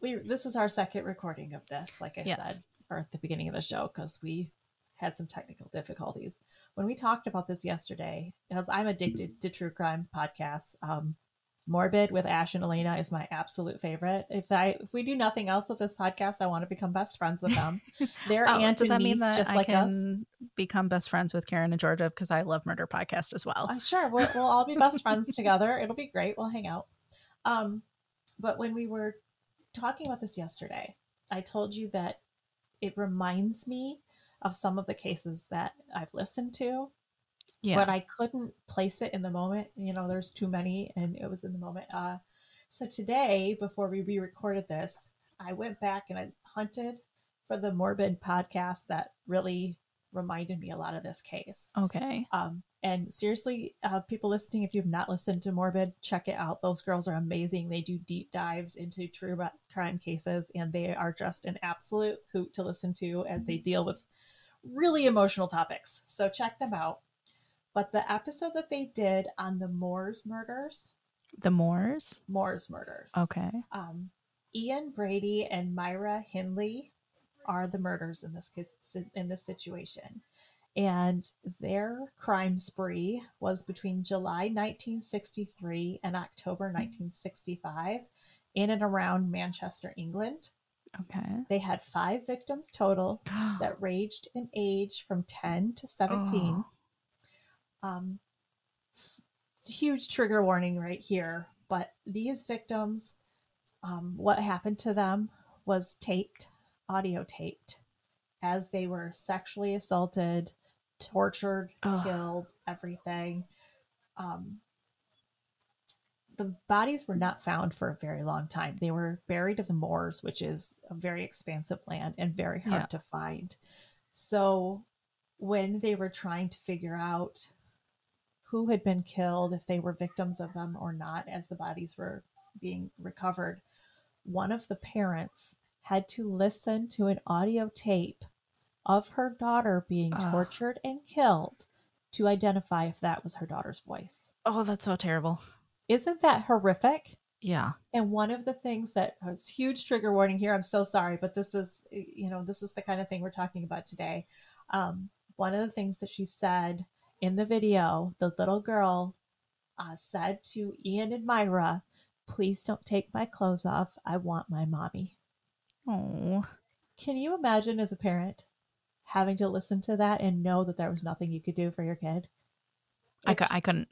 C: we. This is our second recording of this. Like I said.
B: Yes.
C: or at the beginning of the show because we had some technical difficulties when we talked about this yesterday because i'm addicted to true crime podcasts um, morbid with ash and elena is my absolute favorite if i if we do nothing else with this podcast i want to become best friends with them they're
B: Oh,
C: aunt
B: does
C: and
B: that mean
C: niece
B: that
C: just
B: I
C: like us
B: can become best friends with Karen and Georgia because I love murder podcast as well?
C: Uh, sure, we'll, we'll all be best friends together. It'll be great. We'll hang out. Um, but when we were talking about this yesterday, I told you that it reminds me of some of the cases that I've listened to,
B: yeah,
C: but I couldn't place it in the moment. You know, there's too many, and it was in the moment. Uh, so today, before we re-recorded this, I went back and I hunted for the morbid podcast that really reminded me a lot of this case.
B: okay.
C: Um, and seriously, uh, people listening, if you've not listened to Morbid, check it out. Those girls are amazing. They do deep dives into true ri- crime cases, and they are just an absolute hoot to listen to as they deal with really emotional topics. So check them out. But the episode that they did on the Moores murders,
B: The Moors.
C: Moores murders,
B: Okay.
C: um, Ian Brady and Myra Hindley are the murders in this case, in this situation, and their crime spree was between July 1963 and October 1965 in and around Manchester, England.
B: Okay.
C: They had five victims total that ranged in age from 10 to 17
B: Oh.
C: um, s- huge trigger warning right here. But these victims, um, what happened to them was taped, audio taped, as they were sexually assaulted, tortured,
B: Ugh.
C: killed, everything. Um, the bodies were not found for a very long time. They were buried in the moors, which is a very expansive land and very hard
B: Yeah.
C: to find. So, when they were trying to figure out who had been killed, if they were victims of them or not, as the bodies were being recovered, one of the parents had to listen to an audio tape of her daughter being
B: Ugh.
C: tortured and killed to identify if that was her daughter's voice.
B: oh, that's so terrible.
C: Isn't that horrific?
B: Yeah.
C: And one of the things that oh, it's huge trigger warning here, I'm so sorry, but this is, you know, this is the kind of thing we're talking about today. Um, one of the things that she said in the video, the little girl uh, said to Ian and Myra, please don't take my clothes off. I want my mommy.
B: Oh.
C: Can you imagine as a parent having to listen to that and know that there was nothing you could do for your kid?
B: I,
C: It's
B: cou- I couldn't.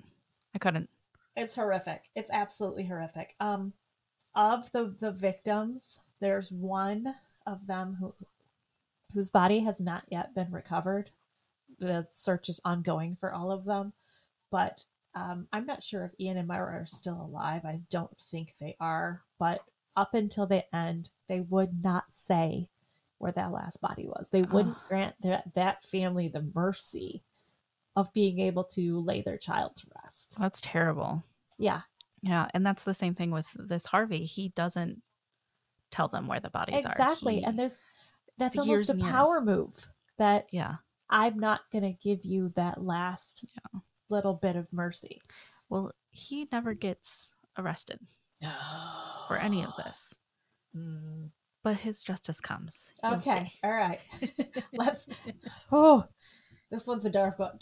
B: I couldn't.
C: It's horrific. It's absolutely horrific. Um, of the the victims, there's one of them who whose body has not yet been recovered. The search is ongoing for all of them, but um, I'm not sure if Ian and Myra are still alive. I don't think they are, but up until the end, they would not say where that last body was. They wouldn't grant that that family the mercy of being able to lay their child to rest.
B: That's terrible.
C: Yeah.
B: Yeah, and that's the same thing with this Harvey. He doesn't tell them where the bodies are.
C: exactly
B: He-
C: and there's that's almost
B: years
C: a
B: and years.
C: power move that
B: yeah.
C: i'm not going to give you that last little bit of mercy
B: Well, he never gets arrested for
C: for
B: any of this, but his justice comes. You'll
C: okay
B: see.
C: all right let's oh this one's a dark one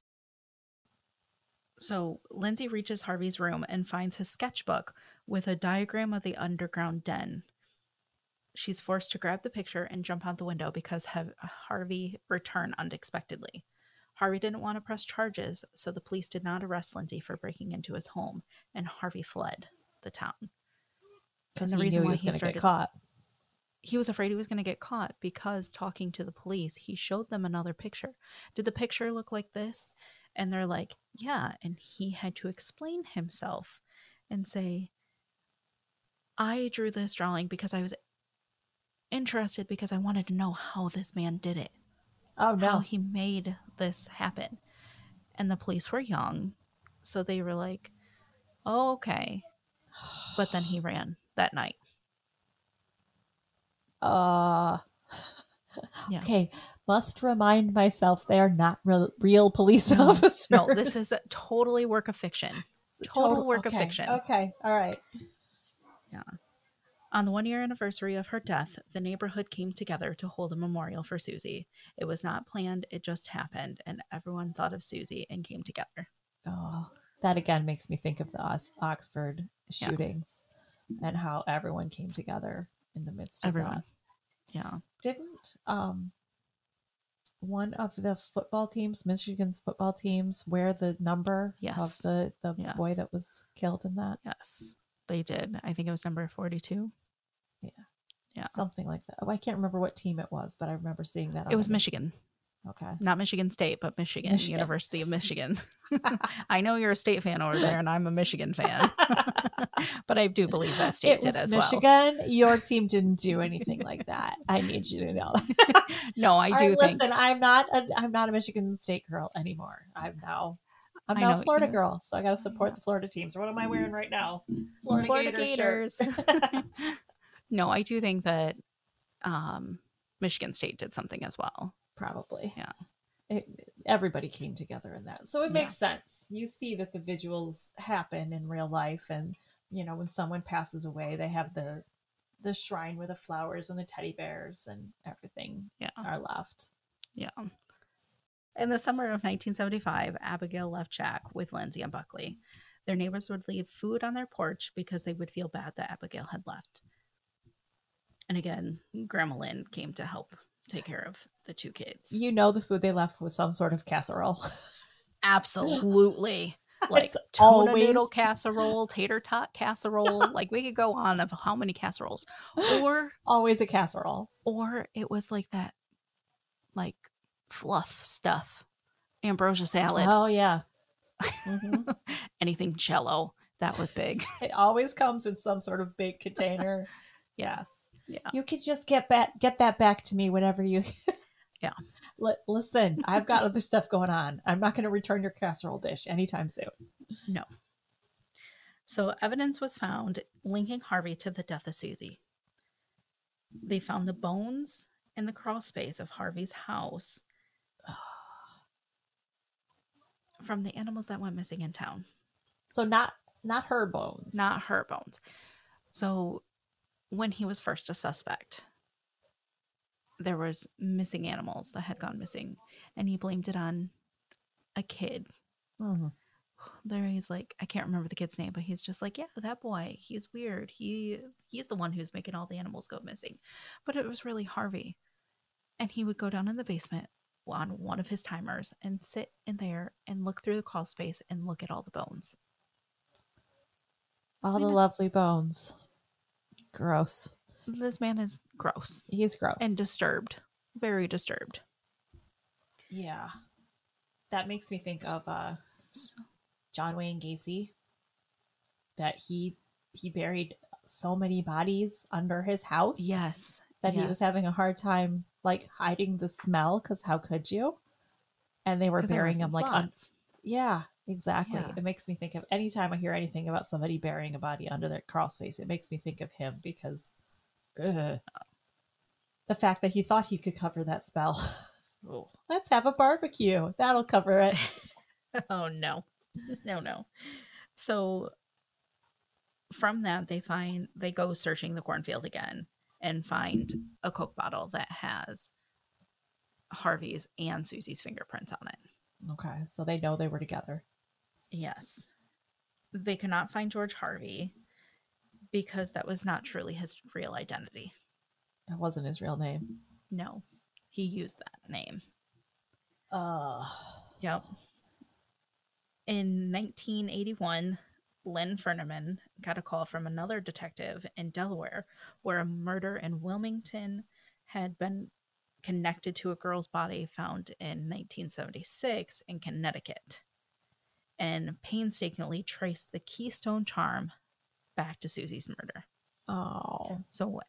B: So Lindsay reaches Harvey's room and finds his sketchbook with a diagram of the underground den. She's forced to grab the picture and jump out the window because have Harvey returned unexpectedly. Harvey didn't want to press charges, so the police did not arrest Lindsay for breaking into his home, and Harvey fled the town.
C: because
B: the
C: he
B: reason
C: knew
B: why
C: he was
B: he
C: going to
B: started-
C: get caught
B: he was afraid he was going to get caught because talking to the police, he showed them another picture. Did the picture look like this? And they're like, yeah. And he had to explain himself and say, I drew this drawing because I was interested because I wanted to know how this man did it,
C: oh
B: how
C: no
B: he made this happen. And the police were young. So they were like, oh, okay. But then he ran that night.
C: uh
B: Yeah.
C: okay must remind myself they are not real, real police officers
B: Mm, No, this is totally work of fiction.
C: It's a
B: total work of
C: okay,
B: fiction.
C: okay all right
B: On the one year anniversary of her death, the neighborhood came together to hold a memorial for Susie. It was not planned, it just happened, and everyone thought of Susie and came together.
C: Oh, that again makes me think of the Os- Oxford
B: Yeah.
C: shootings and how everyone came together in the midst of
B: Everyone.
C: that.
B: Yeah.
C: Didn't um one of the football teams, Michigan's football teams, wear the number
B: Yes.
C: of the the boy
B: Yes.
C: that was killed in that?
B: Yes. They did. I think it was number 42. Yeah.
C: Something like that. Oh, I can't remember what team it was, but I remember seeing that.
B: It was
C: Michigan.
B: Michigan.
C: Okay.
B: Not Michigan State, but Michigan,
C: Michigan.
B: University of Michigan. I know you're a state fan over there, and I'm a Michigan fan. but I do believe that state
C: It
B: did
C: was
B: as well.
C: Michigan, your team didn't do anything like that. I need you to know.
B: No, I
C: All
B: do
C: right,
B: think.
C: listen, I'm not a I'm not a Michigan State girl anymore. I'm now I'm
B: I
C: now
B: know
C: a Florida
B: you-
C: girl, so I got to support the Florida teams. What am I wearing right now? Florida, shirt.
B: Gators. no, I do think that um, Michigan State did something as well.
C: Probably.
B: Yeah.
C: It, everybody came together in that. So it
B: Yeah.
C: makes sense. You see that the visuals happen in real life and you know when someone passes away, they have the the shrine with the flowers and the teddy bears and everything
B: Yeah.
C: are left.
B: Yeah. In the summer of 1975, Abigail left Jack with Lindsay and Buckley. Their neighbors would leave food on their porch because they would feel bad that Abigail had left. And again, Grandma Lynn came to help take care of the two kids.
C: You know the food they left was some sort of casserole.
B: Absolutely. Like
C: It's
B: tuna noodle
C: always-
B: casserole, tater tot casserole. like we could go on of how many casseroles. Or
C: Always a casserole.
B: or it was like that like fluff stuff. Ambrosia salad.
C: Oh yeah. Mhm.
B: anything jello that was big
C: it always comes in some sort of big container.
B: Yeah.
C: Yes.
B: Yeah.
C: You could just get back get that back to me whenever you
B: Yeah.
C: Li- listen, I've got other stuff going on. I'm not going to return your casserole dish anytime soon.
B: so evidence was found linking harvey to the death of susie they found the bones in the crawl space of harvey's house from the animals that went missing in town
C: So not not her bones.
B: not her bones so when he was first a suspect there was missing animals that had gone missing and he blamed it on a kid
C: Mhm.
B: there he's like i can't remember the kid's name but he's just like yeah that boy he's weird he he's the one who's making all the animals go missing but it was really harvey and he would go down in the basement on one of his timers and sit in there and look through the crawl space and look at all the bones
C: all
B: This
C: the
B: man is-
C: lovely bones. Gross.
B: this man is gross
C: He's gross.
B: and disturbed very disturbed
C: yeah. That makes me think of uh John Wayne Gacy that he he buried so many bodies under his house
B: yes
C: that he was
B: yes.
C: having a hard time like hiding the smell cuz how could you? And they were
B: 'Cause there were
C: burying
B: some
C: him like un-
B: thoughts.
C: yeah, exactly.
B: Yeah.
C: It makes me think of anytime I hear anything about somebody burying a body under their crawl space, it makes me think of him because ugh. the fact that he thought he could cover that smell. Let's have a barbecue. That'll cover it.
B: oh no no no so from that they find they go searching the cornfield again and find a coke bottle that has harvey's and susie's fingerprints on it
C: Okay, so they know they were together.
B: yes they cannot find george harvey because that was not truly his real identity
C: That wasn't his real name.
B: no he used that name
C: Uh,
B: Yep. In 1981, Lynn Furniman got a call from another detective in Delaware where a murder in Wilmington had been connected to a girl's body found in 1976 in Connecticut and painstakingly traced the Keystone Charm back to Susie's murder.
C: oh,
B: So,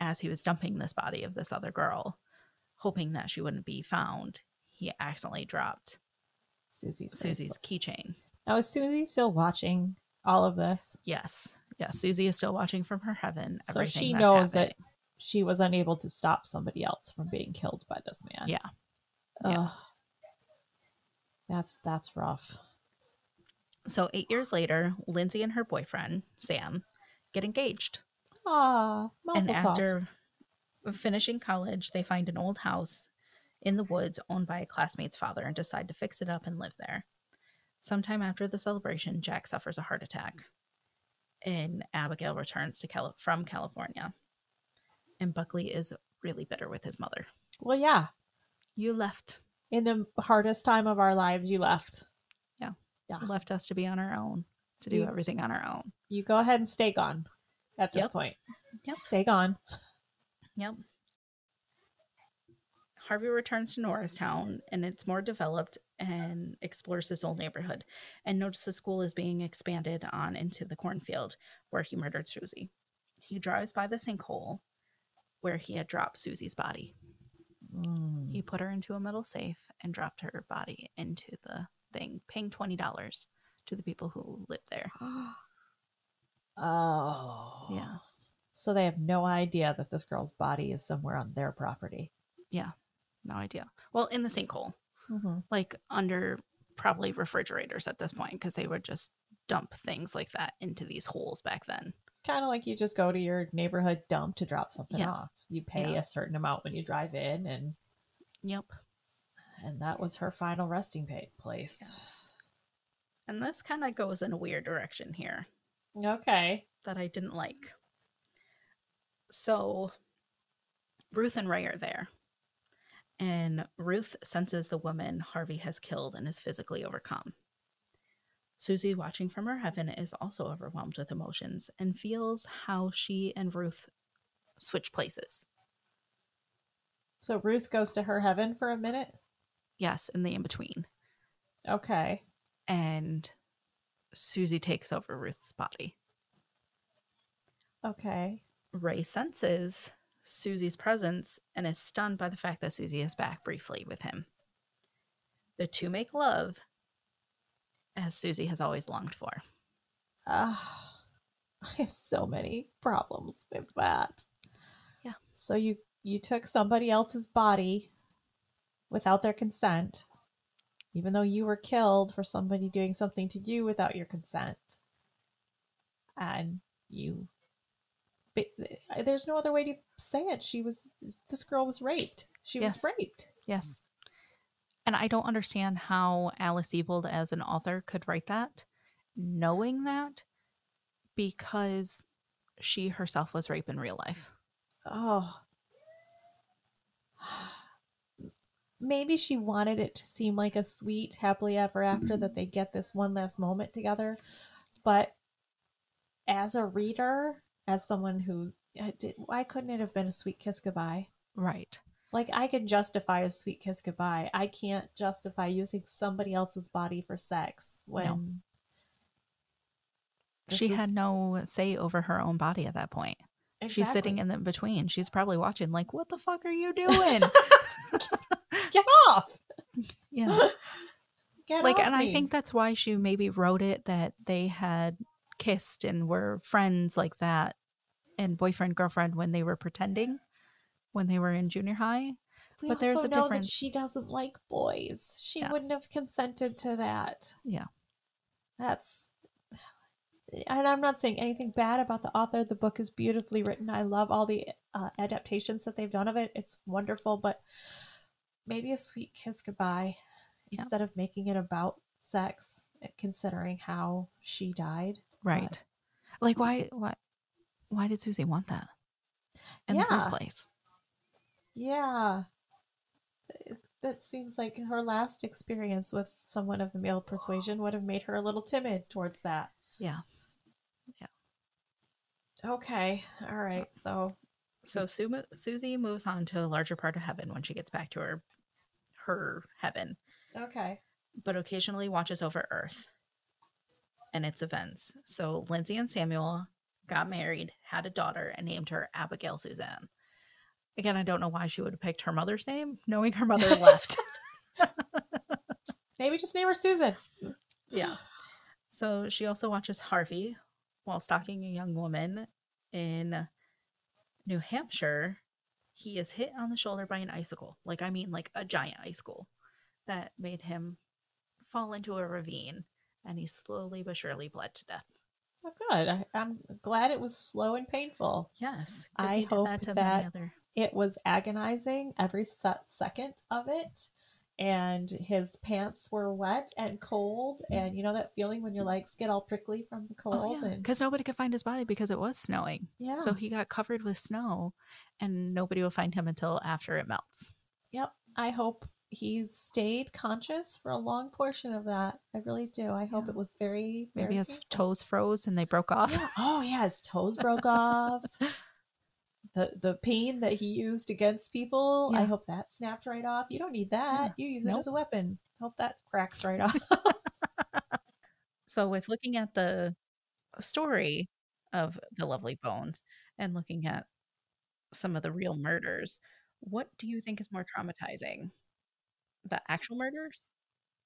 B: as he was dumping this body of this other girl, hoping that she wouldn't be found, he accidentally dropped
C: Susie's
B: Susie's
C: bracelet.
B: keychain.
C: Now is Susie still watching all of this?
B: Yes. Yes. Susie is still watching from her heaven.
C: So
B: everything
C: she
B: that's
C: knows
B: happening.
C: She was unable to stop somebody else from being killed by this man.
B: Yeah. Yeah.
C: Ugh. That's that's rough.
B: So eight years later, Lindsay and her boyfriend, Sam, get engaged.
C: Ah, mazel
B: and
C: tov.
B: after finishing college, they find an old house in the woods owned by a classmate's father and decide to fix it up and live there. Sometime after the celebration, Jack suffers a heart attack, and Abigail returns to Cali- from California. And Buckley is really bitter with his mother.
C: Well, yeah.
B: You left,
C: In the hardest time of our lives, you left. Ah.
B: left us to be on our own, to do
C: You-
B: everything on our own.
C: You go ahead and stay gone at this
B: Yep.
C: point.
B: Yep.
C: Stay gone.
B: Yep. Harvey returns to Norristown and it's more developed and explores this old neighborhood and notices the school is being expanded on into the cornfield where he murdered Susie. He drives by the sinkhole where he had dropped Susie's body.
C: Mm.
B: He put her into a metal safe and dropped her body into the thing, paying $20 to the people who live there.
C: oh.
B: Yeah.
C: So they have no idea that this girl's body is somewhere on their property.
B: No idea. Well, in the sinkhole.
C: Mm-hmm.
B: like under probably refrigerators at this point because they would just dump things like that into these holes back then.
C: Kind of like you just go to your neighborhood dump to drop something
B: Yeah.
C: off. You pay
B: Yeah.
C: a certain amount when you drive in, and
B: Yep.
C: and that was her final resting pa- place.
B: Yes. And this kind of goes in a weird direction here
C: Okay.
B: that I didn't like. So Ruth and Ray are there. And Ruth senses the woman Harvey has killed and is physically overcome. Susie, watching from her heaven, is also overwhelmed with emotions and feels how she and Ruth switch places.
C: So Ruth goes to her heaven for a minute.
B: yes in the in between
C: Okay.
B: and susie takes over ruth's body
C: Okay.
B: ray senses susie's presence and is stunned by the fact that susie is back briefly with him the two make love as susie has always longed for
C: Uh, I have so many problems with that.
B: Yeah.
C: So you you took somebody else's body without their consent, even though you were killed for somebody doing something to you without your consent, and you. But there's no other way to say it. She was this girl was raped. She
B: Yes.
C: was raped.
B: yes and i don't understand how alice ebold as an author could write that knowing that because she herself was raped in real life
C: Oh. Maybe she wanted it to seem like a sweet, happily ever after that they get this one last moment together. But as a reader, as someone who I did, why couldn't it have been a sweet kiss goodbye?
B: right
C: Like, I could justify a sweet kiss goodbye. I can't justify using somebody else's body for sex when This
B: she
C: is-
B: had no say over her own body at that point. She's sitting
C: Exactly.
B: in the between. She's probably watching, like, what the fuck are you doing?
C: Get off!
B: yeah.
C: Get
B: like,
C: off
B: and I
C: me.
B: think that's why she maybe wrote it that they had kissed and were friends like that and boyfriend, girlfriend when they were pretending, when they were in junior high.
C: We
B: But there's
C: also
B: a
C: know
B: difference.
C: that she doesn't like boys. She
B: Yeah.
C: wouldn't have consented to that.
B: Yeah.
C: That's and I'm not saying anything bad about the author. The book is beautifully written. I love all the uh, adaptations that they've done of it. It's wonderful, but maybe a sweet kiss goodbye
B: Yeah.
C: instead of making it about sex, considering how she died.
B: Right. Like, why, why, why did Susie want that in the first
C: Yeah.
B: place?
C: Yeah. That seems like her last experience with someone of the male persuasion would have made her a little timid towards that.
B: Yeah.
C: Okay. All right. So,
B: So Sue, mo- Susie moves on to a larger part of heaven when she gets back to her, her heaven.
C: okay.
B: but occasionally watches over Earth and its events. So Lindsay and Samuel got married, had a daughter, and named her Abigail Suzanne. Again, I don't know why she would have picked her mother's name, knowing her mother left.
C: Maybe just name her Susan.
B: yeah. So she also watches Harvey while stalking a young woman in New Hampshire. He is hit on the shoulder by an icicle. Like, I mean, like a giant icicle that made him fall into a ravine and he slowly but surely bled to death.
C: Well, good. I, I'm glad it was slow and painful.
B: Yes. 'cause
C: I
B: you did
C: hope
B: to
C: that-
B: my other.
C: It was agonizing every se- second of it. And his pants were wet and cold. And you know that feeling when your legs get all prickly from the cold?
B: Oh, yeah.
C: And
B: Because nobody could find his body because it was snowing.
C: yeah.
B: So he got covered with snow and nobody will find him until after it melts.
C: Yep. I hope he stayed conscious for a long portion of that. I really do. I hope
B: Yeah.
C: it was very, very.
B: Maybe his
C: painful.
B: toes froze and they broke off.
C: Yeah. Oh yeah, his toes broke off. The the pain that he used against people, I
B: Yeah.
C: hope that snapped right off. You don't need that. You use it
B: Nope.
C: as a weapon. Hope that cracks right off.
B: So, with looking at the story of the Lovely Bones and looking at some of the real murders, what do you think is more traumatizing? The actual murders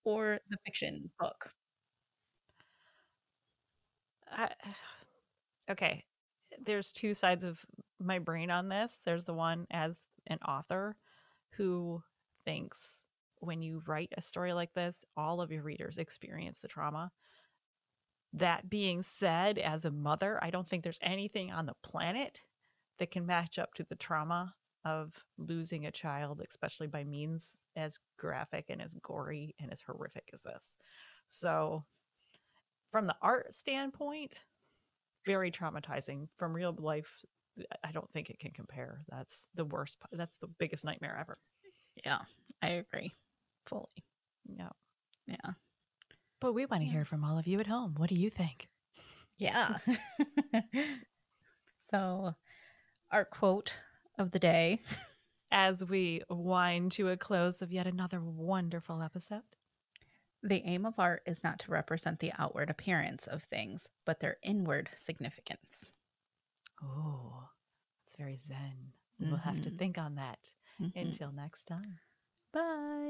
B: or the fiction book?
D: I, okay there's two sides of my brain on this there's the one as an author who thinks when you write a story like this all of your readers experience the trauma that being said as a mother i don't think there's anything on the planet that can match up to the trauma of losing a child especially by means as graphic and as gory and as horrific as this so from the art standpoint, very traumatizing. From real life, I don't think it can compare. That's the worst. p- That's the biggest nightmare ever.
B: Yeah, I agree fully.
D: Yeah.
B: Yeah.
D: But we want to
B: Yeah.
D: hear from all of you at home. What do you think?
B: Yeah. so, our quote of the day
D: As we wind to a close of yet another wonderful episode.
B: The aim of art is not to represent the outward appearance of things, but their inward significance.
D: Oh, Mm-hmm. it's very zen. We'll have to think on that.
B: Mhm.
D: Until next time.
B: Bye.